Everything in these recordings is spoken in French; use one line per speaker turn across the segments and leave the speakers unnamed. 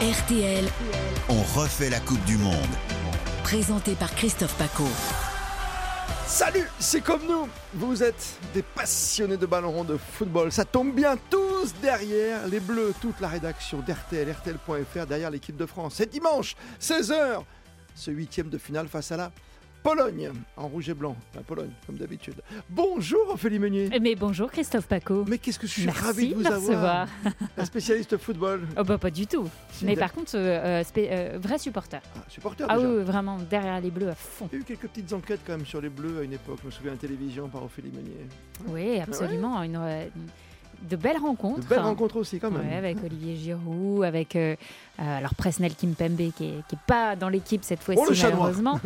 RTL,
On refait la Coupe du Monde.
présenté par Christophe Paco.
Salut, c'est comme nous. Vous êtes des passionnés de ballon rond de football. Ça tombe bien tous derrière les Bleus, toute la rédaction d'RTL, RTL.fr, derrière l'équipe de France. C'est dimanche, 16h, ce huitième de finale face à la Pologne, en rouge et blanc. La Pologne, comme d'habitude. Bonjour, Ophélie Meunier.
Mais bonjour Christophe Paco.
Mais qu'est-ce que je suis
Merci
ravi de vous
me
avoir.
recevoir.
La spécialiste football.
Oh bah pas du tout. Mais par contre, euh, euh, spé- euh, vrai supporter.
Ah, supporter
Ah
déjà.
oui, vraiment, derrière les bleus à fond.
Il y a eu quelques petites enquêtes quand même sur les Bleus à une époque, je me souviens à la télévision par Ophélie Meunier.
Oui, absolument. Une, euh, de belles rencontres.
Ah De belles rencontres aussi quand même.
Ouais, avec Olivier Giroud, avec euh, euh, alors Presnel Kimpembe qui est, qui est pas dans l'équipe cette fois-ci
Oh, le chat noir.
malheureusement,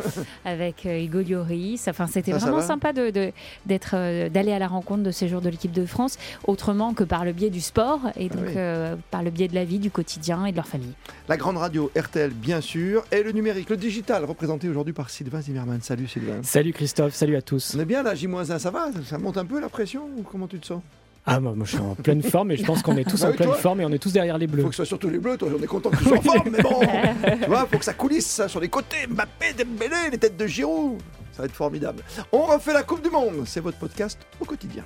avec euh, Hugo Lloris. Enfin, c'était
Ah, Ça, ça
vraiment
va
sympa de de- d'être euh, d'aller à la rencontre de ces jours de l'équipe de France autrement que par le biais du sport et donc
Ah oui.
euh, par le biais de la vie, du quotidien et de leur famille.
La grande radio RTL, bien sûr, et le numérique, le digital, représenté aujourd'hui par Sylvain Zimmermann. Salut Sylvain.
Salut Christophe, salut à tous.
On est bien là, J-1, ça va Ça monte un peu la pression ou comment tu te sens
Ah moi, moi, je suis en pleine forme et je pense qu'on est tous
Ah
en
oui,
pleine
toi
forme et on est tous derrière les bleus.
Faut que ce soit surtout les bleus, toi, on est content que tu sois en forme, mais bon Tu vois, faut que ça coulisse ça, sur les côtés, Mbappé, Dembélé, les têtes de Giroud Ça va être formidable. On refait la Coupe du Monde, c'est votre podcast au quotidien.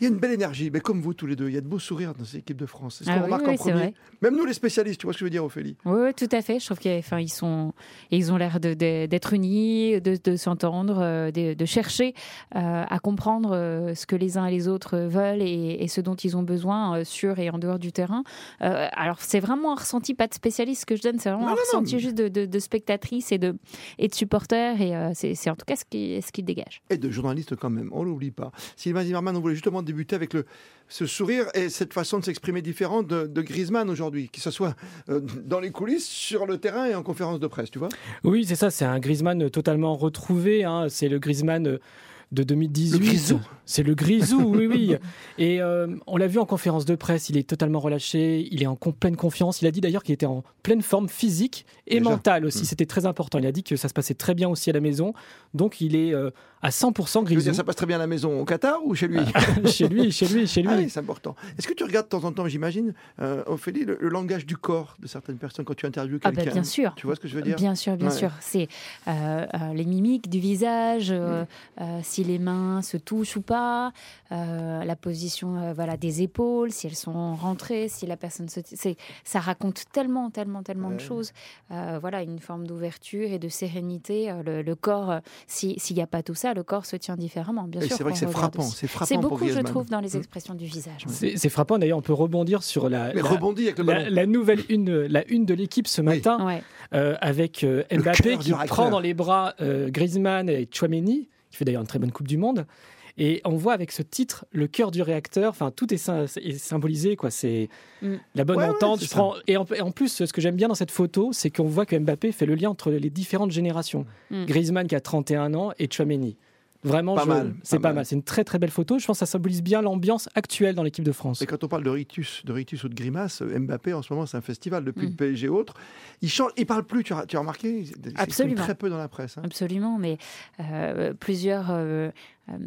Il y a une belle énergie, mais comme vous tous les deux, il y a de beaux sourires dans cette équipe de France. C'est ce
Ah
qu'on
oui,
remarque
oui,
en
c'est
premier.
vrai.
Même nous les spécialistes, tu vois ce que je veux dire, Ophélie
Oui, oui, tout à fait. Je trouve qu'ils enfin, ils sont, ils ont l'air de- de- d'être unis, de, de s'entendre, euh, de, de chercher euh, à comprendre euh, ce que les uns et les autres euh, veulent et, et ce dont ils ont besoin euh, sur et en dehors du terrain. Euh, alors, c'est vraiment un ressenti, pas de spécialiste que je donne, c'est vraiment
Non, non,
un
non,
ressenti
mais-
juste de, de- de spectatrice et de, et de supporter. Et euh, c'est c'est en tout cas ce qui, ce qui dégage.
et de journaliste quand même, on l'oublie pas. Sylvain Zimmermann, on voulait justement débuter avec le, ce sourire et cette façon de s'exprimer différente de, de Griezmann aujourd'hui, que ce soit euh, dans les coulisses, sur le terrain et en conférence de presse, tu vois.
Oui c'est ça, c'est un Griezmann totalement retrouvé, hein. c'est le Griezmann de 2018.
Le grisou.
C'est le grisou, oui oui. Et euh, on l'a vu en conférence de presse, il est totalement relâché, il est en com- pleine confiance. Il a dit d'ailleurs qu'il était en pleine forme physique et
Déjà.
mentale aussi,
Mm.
c'était très important. Il a dit que ça se passait très bien aussi à la maison, donc il est euh, à 100%
Je veux
grisou
dire, ça passe très bien à la maison, au Qatar ou chez lui
chez lui, chez lui, chez lui.
Ah oui, c'est important. Est-ce que tu regardes de temps en temps, j'imagine, euh, Ophélie, le, le langage du corps de certaines personnes quand tu interviews
Ah bah,
quelqu'un
bien sûr.
Tu vois ce que je veux dire
Bien sûr, bien
Ouais.
sûr. C'est euh, euh, les mimiques du visage, euh,
Mm.
euh, si les mains se touchent ou pas, euh, la position euh, voilà, des épaules, si elles sont rentrées, si la personne se. c'est- Ça raconte tellement, tellement, tellement
Ouais.
de choses. Euh, voilà, une forme d'ouverture et de sérénité. Euh, le, le corps, euh, si- s'il n'y a pas tout ça, le corps se tient différemment. Bien
Et
sûr.
c'est vrai que
qu'on
c'est
regarde
frappant,
aussi.
c'est frappant
C'est
pour
beaucoup, je
Griezmann.
trouve, dans les
Mm.
expressions du visage.
C'est c'est frappant d'ailleurs, on peut rebondir sur la,
Mais
la-
rebondis avec le
la,
ballon.
la nouvelle une, la une de l'équipe ce matin
Ouais.
euh, avec euh,
Le
Mbappé
cœur du
qui
racleur.
prend dans les bras euh, Griezmann et Chouameni, qui fait d'ailleurs une très bonne Coupe du Monde. Et on voit avec ce titre le cœur du réacteur. Enfin, tout est, sym- est symbolisé, quoi. C'est
Mm.
la bonne
Ouais, ouais,
entente.
c'est
je prends- et, en, et en plus, ce que j'aime bien dans cette photo, c'est qu'on voit que Mbappé fait le lien entre les différentes générations.
Mm.
Griezmann qui a 31 ans et Chouameni. Vraiment,
Pas
je-
mal,
c'est
pas
pas,
mal.
mal. C'est une très très belle photo. Je pense que ça symbolise bien l'ambiance actuelle dans l'équipe de France.
Et quand on parle de rictus, de rictus ou de grimace, euh, Mbappé en ce moment c'est un festival depuis
Mm.
le PSG et autres. Il change, il parle plus. Tu as, tu as remarqué Il s'exprime
Absolument.
Très peu dans la presse. hein.
Absolument, mais euh, plusieurs euh, euh,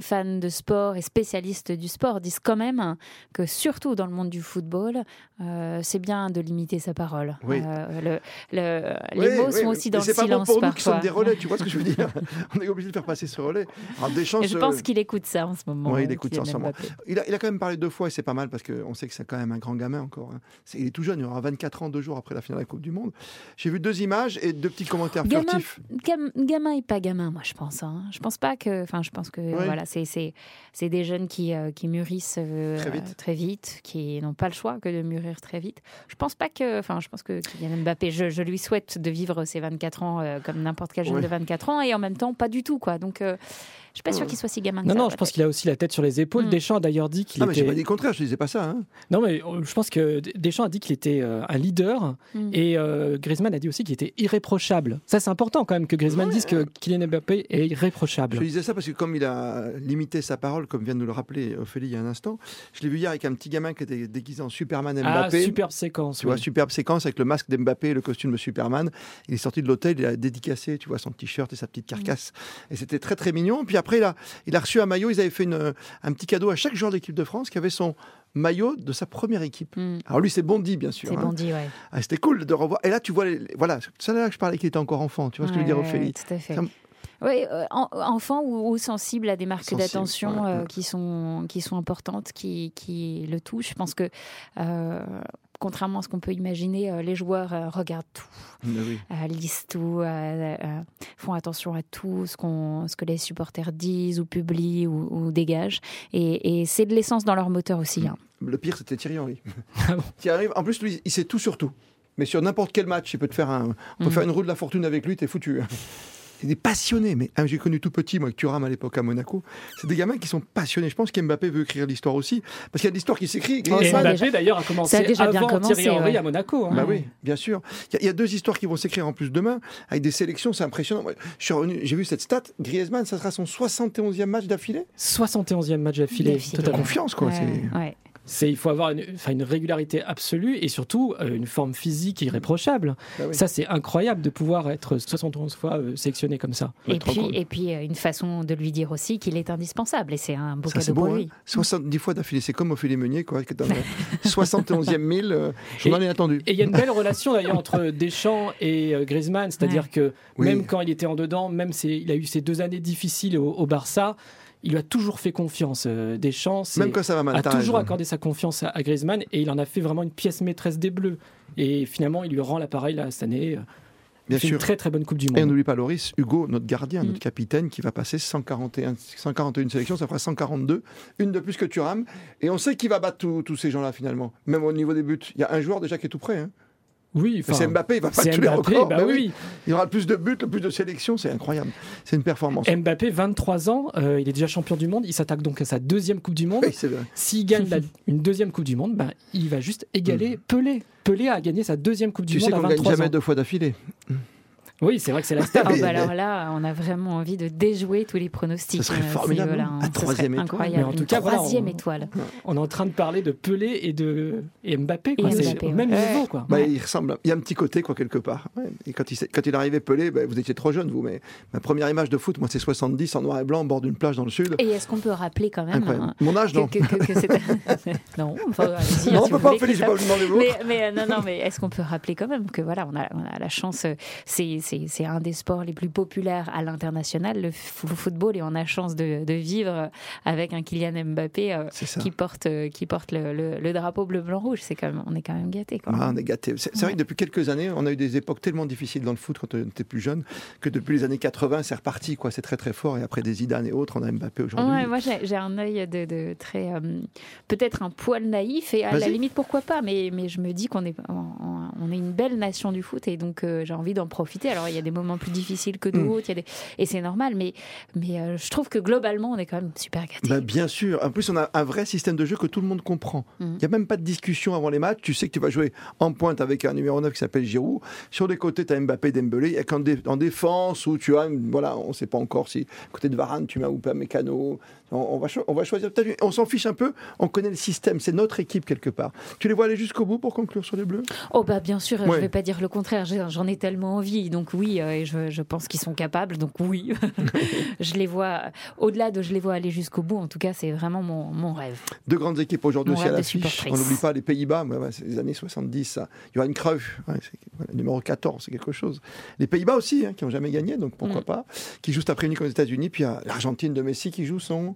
fans de sport et spécialistes du sport disent quand même hein, que surtout dans le monde du football, euh, c'est bien de limiter sa parole.
Oui.
Euh, le- le-
Oui,
les mots
oui,
sont
mais-
aussi dans
mais
le silence
C'est pas bon pour nous qui
parfois.
sommes des relais, tu vois ce que je veux dire On est obligé de faire passer ce relais. Alors, Deschamps,
Et je
euh,
pense qu'il écoute ça en ce moment.
Oui, il
euh,
écoute
Kylian
ça en ce moment.
Mbappé.
il a, il a quand même parlé deux fois et c'est pas mal parce qu'on sait que c'est quand même un grand gamin encore. hein. C'est- Il est tout jeune, il aura 24 ans, deux jours après la finale de la Coupe du Monde. J'ai vu deux images et deux petits commentaires
Gamin.
furtifs.
Gam- gamin et pas gamin, moi je pense. hein. Je pense pas que, enfin, je pense que voilà, c'est c'est c'est des jeunes qui euh, qui mûrissent euh,
Très vite.
vite, qui n'ont pas le choix que de mûrir très vite. Je pense pas que, enfin, je pense que Kylian Mbappé, je, je lui souhaite de vivre ses 24 ans euh, comme n'importe quel jeune
Ouais.
de 24 ans et en même temps pas du tout quoi. Donc, euh, je suis pas
Ouais.
sûre qu'il soit si gamin. que Ah,
Non,
ça,
non,
ouais.
je pense qu'il a aussi la tête sur les épaules.
Mm.
Deschamps a d'ailleurs dit qu'il
Ah, mais j'ai
était.
pas dit le contraire, je disais pas ça. hein.
Non, mais euh, je pense que D- Deschamps a dit qu'il était euh, un leader
Mm.
et euh, Griezmann a dit aussi qu'il était irréprochable. Ça, c'est important quand même que Griezmann dise que Kylian Mbappé est
Je
irréprochable.
disais ça parce que comme il a limité sa parole, comme vient de nous le rappeler Ophélie il y a un instant, je l'ai vu hier avec un petit gamin qui était déguisé en Superman Mbappé.
Ah, superbe séquence.
Tu vois,
oui.
superbe séquence avec le masque d'Mbappé et le costume de Superman. Il est sorti de l'hôtel, il a dédicacé, tu vois, son t-shirt et sa petite carcasse. Et c'était très très mignon. Puis après, il a, il a reçu un maillot. Ils avaient fait une, un petit cadeau à chaque joueur de l'équipe de France qui avait son maillot de sa première équipe.
Mm.
Alors lui, c'est Bondy, bien sûr.
C'est
hein.
bandit, ouais.
Ah, C'était cool de revoir. Et là, tu vois, les- les- voilà, c'est celle-là que je parlais qu'il était encore enfant. Tu vois ce que je veux dire,
Ouais,
Ophélie
Tout à fait.
Ça me-
Oui, euh, en- enfant ou, ou sensible à des marques
Sensible,
d'attention
ouais,
euh,
ouais.
qui, sont, qui sont importantes, qui, qui le touchent. Je pense que, euh, contrairement à ce qu'on peut imaginer, euh, les joueurs euh, regardent tout, euh, lisent tout, euh, euh, font attention à tout ce, qu'on ce que les supporters disent ou publient ou, ou dégagent. Et, et c'est de l'essence dans leur moteur aussi. hein.
Le pire, c'était Thierry Henry. Qui arrive. En plus, lui, il sait tout sur tout. Mais sur n'importe quel match, il peut te faire un, on peut
Mm.
faire une roue de la fortune avec lui, t'es foutu. Il est passionné, mais hein, j'ai connu tout petit, moi, avec Thuram à l'époque à Monaco. C'est des gamins qui sont passionnés. Je pense qu'Mbappé veut écrire l'histoire aussi. Parce qu'il y a de l'histoire qui s'écrit.
Oh,
Et
ça,
Mbappé,
déjà-
d'ailleurs, a commencé
ça a déjà bien
avant
commencé,
Thierry Henry
ouais.
à Monaco. hein.
Bah
Ouais.
oui, bien sûr. Il y a- il y, a deux histoires qui vont s'écrire en plus demain, avec des sélections, c'est impressionnant. Moi, je suis revenu- J'ai vu cette stat, Griezmann, ça sera son 71e match d'affilée.
71e match d'affilée.
D'affilée.
totalement.
Confiance, quoi.
Ouais,
c'est-
ouais.
C'est il faut avoir une, enfin, une régularité absolue et surtout euh, une forme physique irréprochable.
Bah oui.
Ça c'est incroyable de pouvoir être 71 fois euh, sélectionné comme ça.
Et
te rends
puis,
compte.
et puis, euh, une façon de lui dire aussi qu'il est indispensable. Et c'est un beau
Ça, c'est
cadeau
beau,
pour
hein.
lui.
70 fois d'affilée, c'est comme Ophélie Meunier, quoi. Que dans le 71e mille, euh, je m'en ai attendu.
Et il y a une belle relation d'ailleurs entre Deschamps et euh, Griezmann, c'est-à-dire que
Oui.
même quand il était en dedans, même s'il il a eu ces deux années difficiles au, au Barça, il lui a toujours fait confiance. euh, Deschamps c'est-
Même quand ça va mal.
a
t'as
toujours
raison.
accordé sa confiance à, à Griezmann et il en a fait vraiment une pièce maîtresse des Bleus. Et finalement, il lui rend l'appareil là cette année. euh,
Bien
fait
sûr.
une très très bonne Coupe du
Et on
Monde.
n'oublie pas Loris, Hugo, notre gardien,
Mm.
notre capitaine, qui va passer 141, 141 sélections, ça fera 142, une de plus que Thuram. Et on sait qu'il va battre tous- tous ces gens-là finalement, même au niveau des buts. Il y a un joueur déjà qui est tout prêt. hein.
Oui,
Mais
enfin,
c'est Mbappé, il va pas
c'est
tous les
Mbappé,
records.
bah
mais
oui.
Il aura le plus de buts, le plus de sélections, c'est incroyable. C'est une performance.
Mbappé, 23 ans, euh, il est déjà champion du monde. Il s'attaque donc à sa deuxième Coupe du Monde.
Oui, c'est vrai.
S'il gagne la- une deuxième Coupe du Monde, ben, il va juste égaler Pelé. Pelé a gagné sa deuxième Coupe du
Hmm. Tu sais
Monde à
qu'on gagne
23
jamais
ans.
deux fois d'affilée.
Oui, c'est vrai que c'est la star. hein.
Ah
Oui,
bah
mais-
alors là, on a vraiment envie de déjouer tous les pronostics.
Ce serait
euh, à ce
formidable,
niveau-là,
non
hein.
À
Ce serait
troisième étoile.
Incroyable.
Mais en tout
Une
cas, voilà,
troisième
on-
étoile.
On est en train de parler de Pelé et de et Mbappé. Quoi.
Et
C'est
Mbappé,
au
ouais.
même niveau. Quoi.
Bah, Il ressemble. Il y a un petit côté, quoi, quelque part. Ouais. Et quand il, s'est- quand il est arrivé Pelé, bah, vous étiez trop jeune, vous. Mais ma première image de foot, moi, c'est 70 en noir et blanc, au bord d'une plage dans le sud.
Et est-ce qu'on peut rappeler quand même
Incroyable.
hein,
Mon âge, non.
que, que- que- que c'est- non, enfin, allez-y, hein,
Non,
si
on peut
vous
pas,
voulez,
Ophélie, j'ai pas
Christophe.
voulu demander l'autre.
Mais, mais, euh, non, non, mais est-ce qu'on peut rappeler quand même que voilà, on a, on a la chance, euh, c'est, c'est, c'est un des sports les plus populaires à l'international, le f- le football, et on a chance de, de vivre avec un Kylian Mbappé euh,
C'est ça.
qui porte, euh, qui porte le, le- le drapeau bleu-blanc-rouge. C'est quand même, on est quand même gâté.
Ah, on est gâtés. C'est c'est vrai que depuis quelques années, on a eu des époques tellement difficiles dans le foot quand on était plus jeune que depuis les années 80, c'est reparti. quoi. C'est très très fort. Et après des Zidane et autres, on a Mbappé aujourd'hui.
Ouais, moi, j'ai j'ai un œil de, de très. euh, Peut-être un poil naïf, et à la
Vas-y.
limite, pourquoi pas, mais, mais je me dis qu'on est, on, on est une belle nation du foot, et donc euh, j'ai envie d'en profiter. Alors, il y a des moments plus difficiles que
Hmm.
d'autres, il y a des... et c'est normal, mais, mais euh, je trouve que globalement, on est quand même super gâtés.
Bah, bien sûr. En plus, on a un vrai système de jeu que tout le monde comprend. Il
Mhm.
n'y a même pas de discussion avant les matchs. Tu sais que tu vas jouer en pointe avec un numéro 9 qui s'appelle Giroud. Sur les côtés, tu as Mbappé, Dembélé. Et qu'en dé- en défense, où tu as, une- voilà, on ne sait pas encore si côté de Varane, tu mets ou pas Mécano. On, on va, cho- on va choisir peut-être. une- On s'en fiche un peu. On connaît le système. C'est notre équipe quelque part. Tu les vois aller jusqu'au bout pour conclure sur les Bleus
Oh, bah bien sûr, je
Ouais.
vais pas dire le contraire, j'ai- j'en ai tellement envie, donc oui, euh, et je, je pense qu'ils sont capables, donc oui, je les vois, au-delà de je les vois aller jusqu'au bout, en tout cas, c'est vraiment mon, mon rêve.
Deux grandes équipes aujourd'hui
On
aussi à
rêve des
l'affiche.
supportrices.
On n'oublie pas les Pays-Bas, ouais, ouais, c'est les années 70. Ça. Johan Cruyff, ouais, c'est- voilà, numéro 14, c'est quelque chose. Les Pays-Bas aussi, hein, qui n'ont jamais gagné, donc pourquoi
Mm.
pas. Qui jouent cet après-midi contre les États-Unis. Puis il y a l'Argentine de Messi qui joue son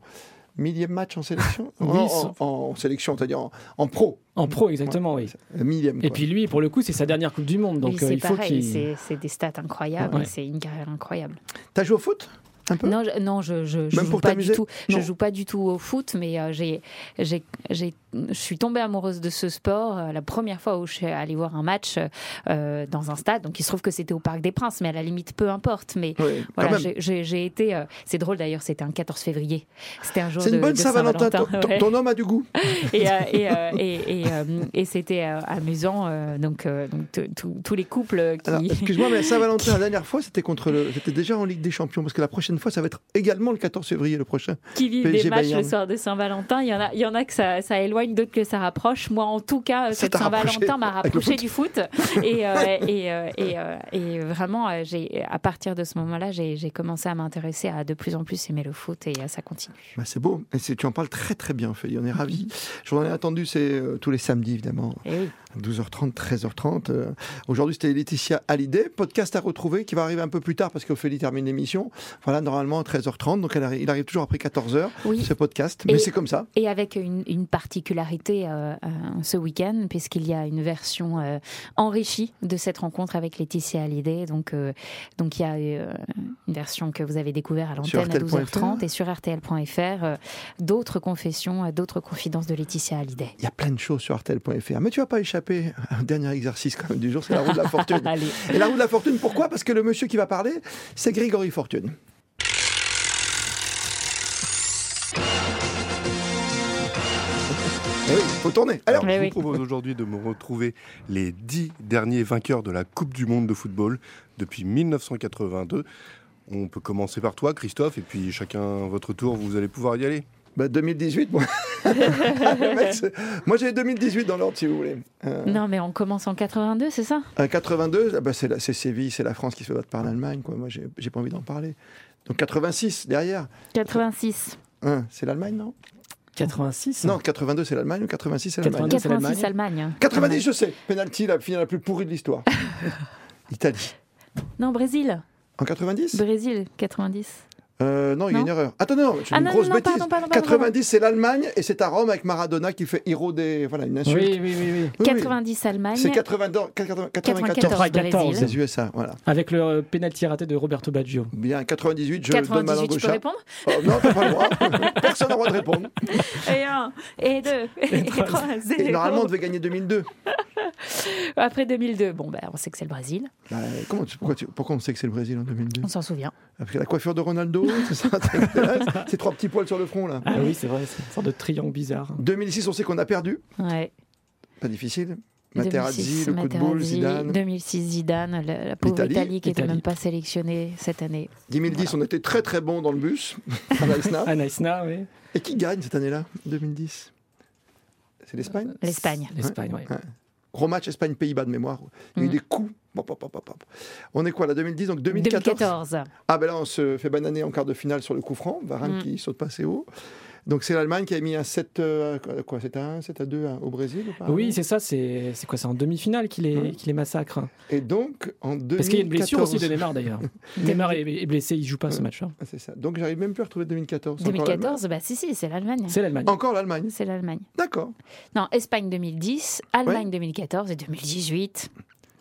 millième match en sélection.
Oui,
en,
son-
en- en sélection, c'est-à-dire en, en pro.
En pro, exactement, oui.
Le millième.
Et
quoi.
puis lui, pour le coup, c'est sa dernière Coupe du Monde. Donc
oui,
euh,
c'est
il faut
pareil,
qu'il.
c'est- c'est des stats incroyables,
Ouais.
et c'est une carrière incroyable.
T'as joué au foot un peu
Non, je, non, je, je, je
Même
joue
pour
pas du
t'amuser
tout. Je
Non.
joue pas du tout au foot, mais euh, j'ai, j'ai, j'ai- je suis tombée amoureuse de ce sport euh, la première fois où je suis allée voir un match euh, dans un stade. Donc il se trouve que c'était au Parc des Princes, mais à la limite peu importe. Mais
Ouais, quand
voilà,
même.
j'ai- j'ai j'ai été. euh, c'est drôle d'ailleurs, c'était un 14 février. C'était un jour
C'est une
de-
bonne
de
Saint-Valentin.
Saint-Valentin,
Ton- ton-
ouais.
ton homme a du goût.
et, euh, et, euh, et- et, euh, et c'était euh, amusant. euh, donc euh, donc t- tous tous les couples euh, qui.
Alors, excuse-moi, mais la Saint-Valentin, la dernière fois, c'était contre le... c'était déjà en Ligue des Champions, parce que la prochaine prochaine fois, ça va être également le 14 février le prochain.
qui vivent
PSG
des matchs
Bayern.
le soir de Saint-Valentin. Il y en a, il y en a que ça, ça éloigne, d'autres que ça rapproche. Moi, en tout cas,
Ça
cette
t'a
Saint-Valentin m'a
avec le
rapproché du foot. Et, euh, et, euh, et, euh, et vraiment, euh, j'ai, à partir de ce moment-là, j'ai, j'ai commencé à m'intéresser à de plus en plus aimer le foot et euh, ça continue.
Bah, c'est beau, et c'est- tu en parles très très bien, Ophélie, on est ravis.
Mhm.
J'en ai attendu, c'est euh, tous les samedis évidemment,
Et oui.
à 12h30, 13h30. Euh, Aujourd'hui c'était Laetitia Hallyday, podcast à retrouver qui va arriver un peu plus tard parce qu'Ophélie termine l'émission. Voilà, normalement à 13h30, donc elle arri- il arrive toujours après 14h,
Oui.
ce podcast, mais
Et-
c'est comme ça.
Et avec une, une particularité euh, euh, ce week-end, puisqu'il y a une version euh, enrichie de cette rencontre avec Laetitia Hallyday. Donc, euh, donc il y a euh, une version que vous avez découverte à
Sur
l'antenne à
RTL.fr.
12h30 et sur RTL.fr. euh, d'autres confessions, euh, d'autres confidences de Laetitia Hallyday.
Il y a plein de choses sur artel.fr, mais tu vas pas échapper à un dernier exercice quand même du jour, c'est la roue de la fortune.
Ah, Allez.
Et la roue de la fortune, pourquoi Parce que le monsieur qui va parler, c'est Grégory Fortune. Eh oui, faut tourner. Alors,
Alors,
Mais
je
oui.
vous propose aujourd'hui de me retrouver les dix derniers vainqueurs de la Coupe du Monde de football depuis 1982. On peut commencer par toi, Christophe, et puis chacun votre tour, vous allez pouvoir y aller.
bah, 2018, moi. Le mec, c'est- moi, j'ai 2018 dans l'ordre, si vous voulez. Euh,
Non, mais on commence en 82, c'est ça
euh, 82, ah bah, c'est la- c'est Séville, c'est la France qui se fait battre par l'Allemagne. quoi. Moi, j'ai j'ai pas envie d'en parler. Donc 86 derrière,
86.
Hein, c'est l'Allemagne, non
86
Non, 82 c'est l'Allemagne ou 86 c'est l'Allemagne
82, c'est
86 Allemagne.
90, je sais. Penalty, la finale la plus pourrie de l'histoire. Italie.
Non, Brésil.
En 90
Brésil, 90.
Euh, Non, il y a
Non.
une erreur. Attends, non, c'est
Ah
une
non,
grosse
non, non,
bêtise.
pardon, pardon, pardon,
90, c'est l'Allemagne et c'est à Rome avec Maradona qui fait héros des. Voilà, une insulte.
Oui, oui, oui, oui.
Oui, oui.
90 Allemagne.
C'est 90, 94.
94
94.
Brésil.
Les USA, voilà.
Avec le euh, pénalty raté de Roberto Baggio.
Bien, 98, je donne ma langue
98,
au
je peux
chat.
répondre
Oh, non, t'as pas le droit. Personne n'a le droit de répondre.
Et 1, et 2, et 3,
Et normalement, on devait gagner 2002.
Après 2002, bon, ben, on sait que c'est le Brésil,
Bah, comment tu- pourquoi, tu- pourquoi on sait que c'est le Brésil en 2002
on s'en souvient.
Parce que la coiffure de Ronaldo, c'est ça C'est trois petits poils sur le front, là.
Ah oui, c'est vrai, c'est une sorte de triangle bizarre.
2006, on sait qu'on a perdu.
Ouais.
Pas difficile.
2006,
Materazzi, le coup de boule,
Materazzi,
Zidane.
2006, Zidane, la, la pauvre
L'Italie,
Italie, qui n'était
l'Italie.
même pas sélectionnée cette année.
2010, on était très très bon dans le bus. à l'Aisna.
Anna Isna, oui.
Et qui gagne cette année-là, 2010 C'est l'Espagne
Euh,
L'Espagne.
L'Espagne, oui.
Gros match Espagne-Pays-Bas de mémoire. Il y a eu
hmm.
Mm.
des coups. Pop, pop, pop, pop, pop. On est quoi là 2010, donc 2014.
2014.
Ah ben là, on se fait bananer en quart de finale sur le coup franc. Varane
Hmm.
Mm.
qui saute pas assez haut. Donc c'est l'Allemagne qui a mis un 7 euh, quoi, c'était un 7 à 2 hein, au Brésil ou pas
Oui, c'est ça, c'est c'est quoi C'est en demi-finale qu'il les,
Ouais.
qu'il les massacre.
Et donc en 2014.
Parce qu'il y a une blessure aussi de Neymar d'ailleurs. Neymar est, est blessé, il joue pas ce hein. match-là.
Ah, c'est ça. Donc j'arrive même plus à retrouver 2014. Encore l'Allemagne.
2014, bah si, si, c'est l'Allemagne.
C'est l'Allemagne.
Encore l'Allemagne.
C'est l'Allemagne.
D'accord.
Non, Espagne 2010, Allemagne 2014 et 2018.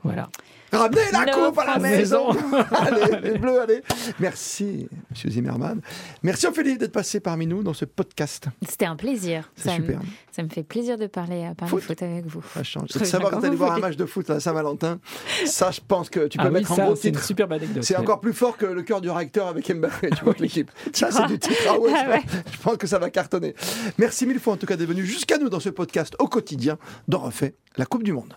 Voilà.
Ramenez la
Nos
coupe à la
Français.
maison Allez, les bleus, allez Merci, monsieur Zimmerman. Merci, Ophélie, d'être passé parmi nous dans ce podcast.
C'était un plaisir.
C'est
Ça me-
super,
Ça me fait plaisir de parler, à parler
Foot.
foot. avec vous.
ça change. Et
Très
de savoir
bien,
que t'allais
comment
voir un
vous
match de foot à Saint-Valentin, ça, je pense que tu peux
Ah oui,
mettre en
ça,
gros
c'est une
titre.
superbe anecdote.
C'est encore plus fort que le cœur du réacteur avec Mbappé, tu vois, que l'équipe. Ça, c'est du titre. Ah ouais,
Ah
je-
ouais.
Je pense que ça va cartonner. Merci mille fois, en tout cas, d'être venu jusqu'à nous dans ce podcast au quotidien d'en refait la Coupe du Monde.